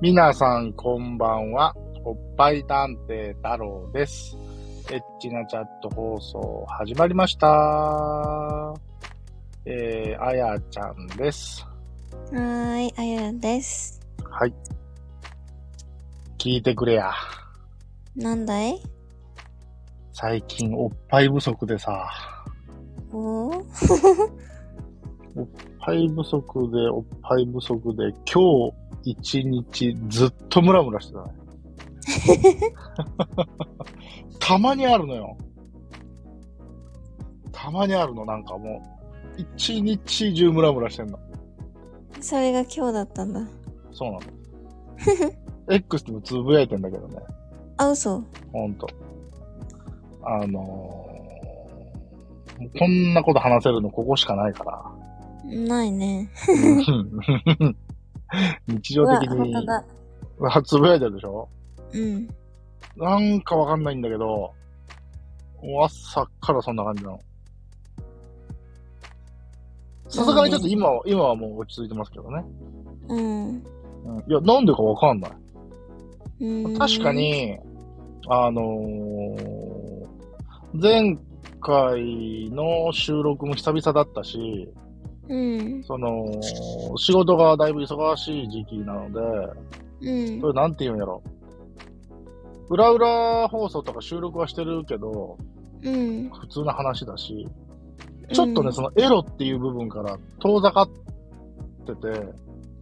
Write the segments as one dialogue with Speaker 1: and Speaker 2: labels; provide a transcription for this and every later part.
Speaker 1: みなさんこんばんは。おっぱい探偵太郎です。エッチなチャット放送始まりました。えー、あやちゃんです。
Speaker 2: はーい、あやです。
Speaker 1: はい。聞いてくれや。
Speaker 2: なんだい
Speaker 1: 最近おっぱい不足でさ、
Speaker 2: おー
Speaker 1: おっぱい不足でおっぱい不足で今日一日ずっとムラムラしてた ね。たまにあるのよ。たまにあるの、なんかもう。一日中ムラムラしてんの。
Speaker 2: それが今日だったんだ。
Speaker 1: そうな の。X でもつぶやいてんだけどね。
Speaker 2: あ、嘘。
Speaker 1: ほんと。あのー、もうこんなこと話せるのここしかないから。
Speaker 2: ないね。
Speaker 1: うん 日常
Speaker 2: うわ、
Speaker 1: 的
Speaker 2: 本
Speaker 1: に
Speaker 2: 当だ。
Speaker 1: うわつぶやいてるでしょ
Speaker 2: うん。
Speaker 1: なんかわかんないんだけど、朝からそんな感じなの。さすがにちょっと今は、今はもう落ち着いてますけどね。
Speaker 2: うん。う
Speaker 1: うん、いや、なんでかわかんない。
Speaker 2: ーん
Speaker 1: 確か。に、あのー前回の収録も久々だったし、
Speaker 2: うん。
Speaker 1: その、仕事がだいぶ忙しい時期なので、
Speaker 2: うん
Speaker 1: そ。れなんて言うんやろ。裏裏放送とか収録はしてるけど、
Speaker 2: うん。
Speaker 1: 普通の話だし、ちょっとね、
Speaker 2: うん
Speaker 1: そのエロっていう部分から遠ざかってて、
Speaker 2: う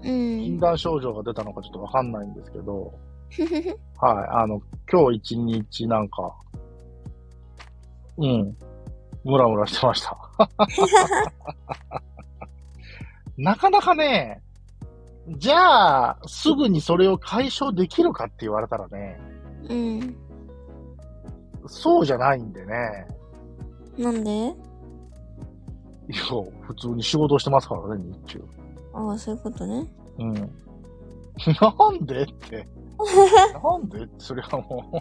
Speaker 2: ん
Speaker 1: 禁。断症状が出たのかちょっとわかんないんですけど、はい、あの、今日一日なんか、うん、ムラムラしてま した。なかなかね、じゃあ、すぐにそれを解消できるかって言われたらね、
Speaker 2: うん。
Speaker 1: そうじゃないんでね。
Speaker 2: なんで
Speaker 1: いや、普通に仕事してますからね、日中。
Speaker 2: ああ、そういうことね。
Speaker 1: うん。なんでって。 なんでって、それはもう。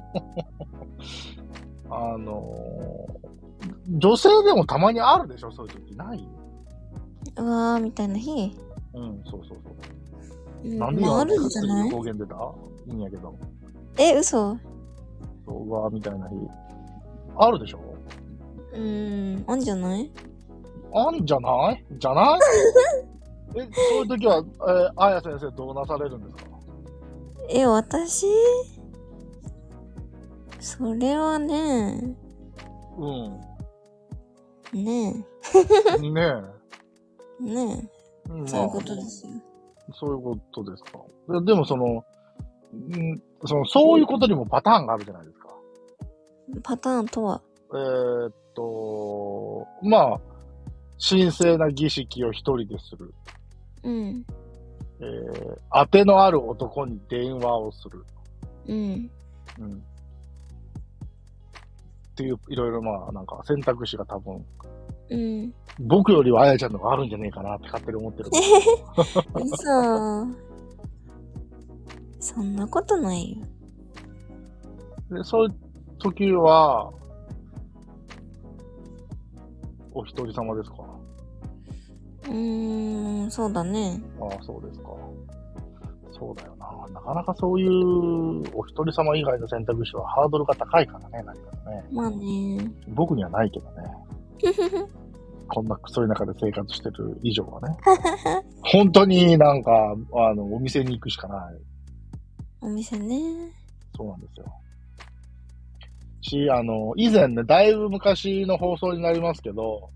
Speaker 1: あのー女性でもたまにあるでしょ、そういう時。ないう
Speaker 2: わー、みたいな日。
Speaker 1: うん、そうそうそう。
Speaker 2: うん
Speaker 1: なんで
Speaker 2: ま
Speaker 1: 今
Speaker 2: あ、あるんじゃ
Speaker 1: 勝
Speaker 2: な
Speaker 1: 手に
Speaker 2: い
Speaker 1: 方言出たいいんやけど。
Speaker 2: え、
Speaker 1: そ
Speaker 2: 嘘
Speaker 1: ううわーみたいな日。あるでしょ
Speaker 2: うーん、あんじゃない
Speaker 1: あんじゃないじゃ ないえ、そういう時は、えー、あや先生どうなされるんですか
Speaker 2: え、私それはね、
Speaker 1: うん。
Speaker 2: ね
Speaker 1: ねえ。
Speaker 2: え、ね
Speaker 1: うん
Speaker 2: え、そういうことですよ。
Speaker 1: そういうことですか。ででもその、んその、そういうことにもパターンがあるじゃないですか。
Speaker 2: パターンとは。
Speaker 1: えーっと、まあ、神聖な儀式を一人でする。
Speaker 2: うん。
Speaker 1: えー、当てのある男に電話をする。
Speaker 2: うん。
Speaker 1: うん。っていう、いろいろまあ、なんか選択肢が多分、
Speaker 2: うん。
Speaker 1: 僕よりはあやちゃんの方があるんじゃねえかなって勝手に思ってる。
Speaker 2: 嘘。そんなことないよ。
Speaker 1: で、そういう時は、お一人様ですか
Speaker 2: うーん、そうだね。
Speaker 1: ああ、そうですか。そうだよな。なかなかそういうお一人様以外の選択肢はハードルが高いからね、何かね。
Speaker 2: まあ ね。
Speaker 1: 僕にはないけどね。こんなクソい中で生活してる以上 はね。本当になんか、あの、お店に行くしかない。
Speaker 2: お店ね。
Speaker 1: そうなんですよ。し、あの、以前ね、だいぶ昔の放送になりますけど、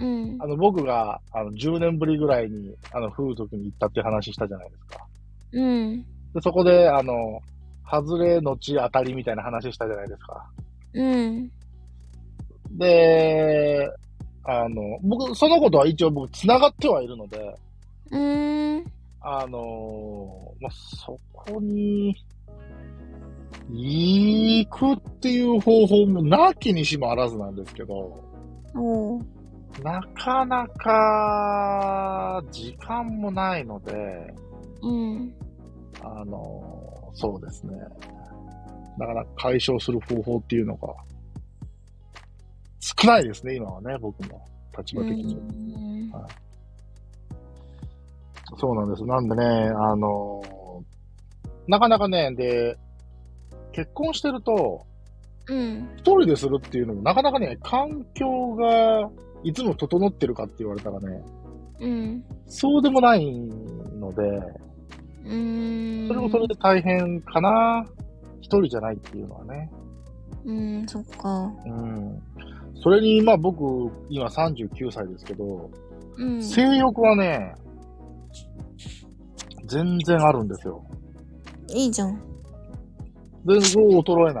Speaker 2: うん
Speaker 1: あ。の、僕が、あの、10年ぶりぐらいに、あの、風俗に行ったっていう話したじゃないですか。
Speaker 2: うん。
Speaker 1: で、そこで、あの、外れのち当たりみたいな話したじゃないですか。
Speaker 2: うん。
Speaker 1: で、あの、僕、そのことは一応僕、繋がってはいるので、
Speaker 2: うーん。
Speaker 1: あのまあ、そこに、行くっていう方法もなきにしもあらずなんですけど、
Speaker 2: おう。
Speaker 1: なかなか、時間もないので、
Speaker 2: うん。
Speaker 1: あのそうですね。だから解消する方法っていうのが、少ないですね、今はね、僕も。立場的に。
Speaker 2: うん
Speaker 1: そうなんです。なんでね、あのなかなかね、で、結婚してると、
Speaker 2: うん。
Speaker 1: 一人でするっていうのも、なかなかね、環境がいつも整ってるかって言われたらね、
Speaker 2: うん。
Speaker 1: そうでもないので、
Speaker 2: うーん。
Speaker 1: それもそれで大変かな。一人じゃないっていうのはね。
Speaker 2: うん、そっか。
Speaker 1: うん。それに、まあ僕、今39歳ですけど、
Speaker 2: うん。
Speaker 1: 性欲はね、全然あるんですよ。
Speaker 2: いいじゃん。
Speaker 1: 全然衰えな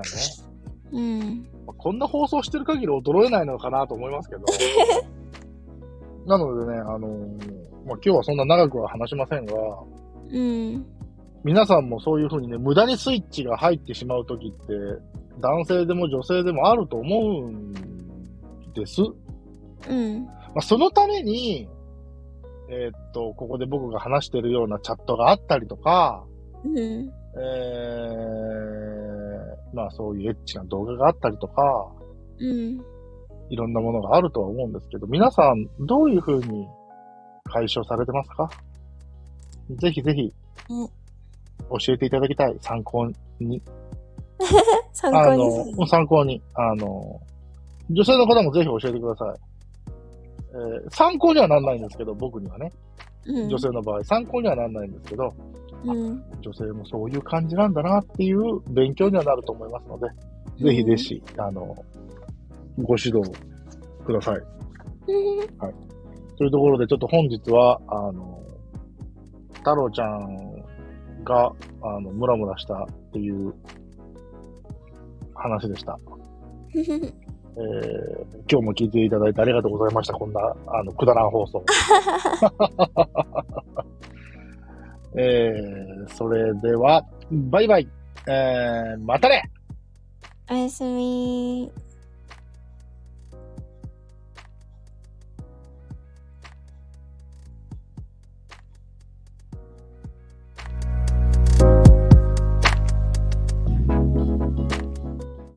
Speaker 1: いね。
Speaker 2: うん。
Speaker 1: まあこんな放送してる限り衰えないのかなと思い ますけど。なのでね、あのーまあ、今日はそんな長くは話しませんが、
Speaker 2: うん。
Speaker 1: 皆さんもそういうふうにね、無駄にスイッチが入ってしまうときって、男性でも女性でもあると思うんです。ま
Speaker 2: うん。
Speaker 1: あ、そのために、えーっと、ここで僕が話してるようなチャットがあったりとか、
Speaker 2: うん。
Speaker 1: えー、まあそういうエッチな動画があったりとか、
Speaker 2: うん。
Speaker 1: いろんなものがあるとは思うんですけど、皆さんどういうふうに解消されてますかぜひぜひ、
Speaker 2: うん
Speaker 1: 教えていただきたい。参考に。
Speaker 2: 参考
Speaker 1: あ
Speaker 2: に
Speaker 1: の
Speaker 2: する。
Speaker 1: 参考に。あの、女性の方もぜひ教えてください。えー参考にはならないんですけど、僕にはね。
Speaker 2: うん
Speaker 1: 女性の場合、参考にはならないんですけど、
Speaker 2: うん。
Speaker 1: 女性もそういう感じなんだなっていう勉強にはなると思いますので、ぜひぜひ、あの、ご指導ください。
Speaker 2: うん。
Speaker 1: というところで、ちょっと本日は、あの、太郎ちゃんが、あの、ムラムラしたっていう話でした。えー 今日も聞いていただいてありがとうございました。こんな、あの、くだらん放送。 えーそれでは、バイバイ。えーまたね
Speaker 2: おやすみ。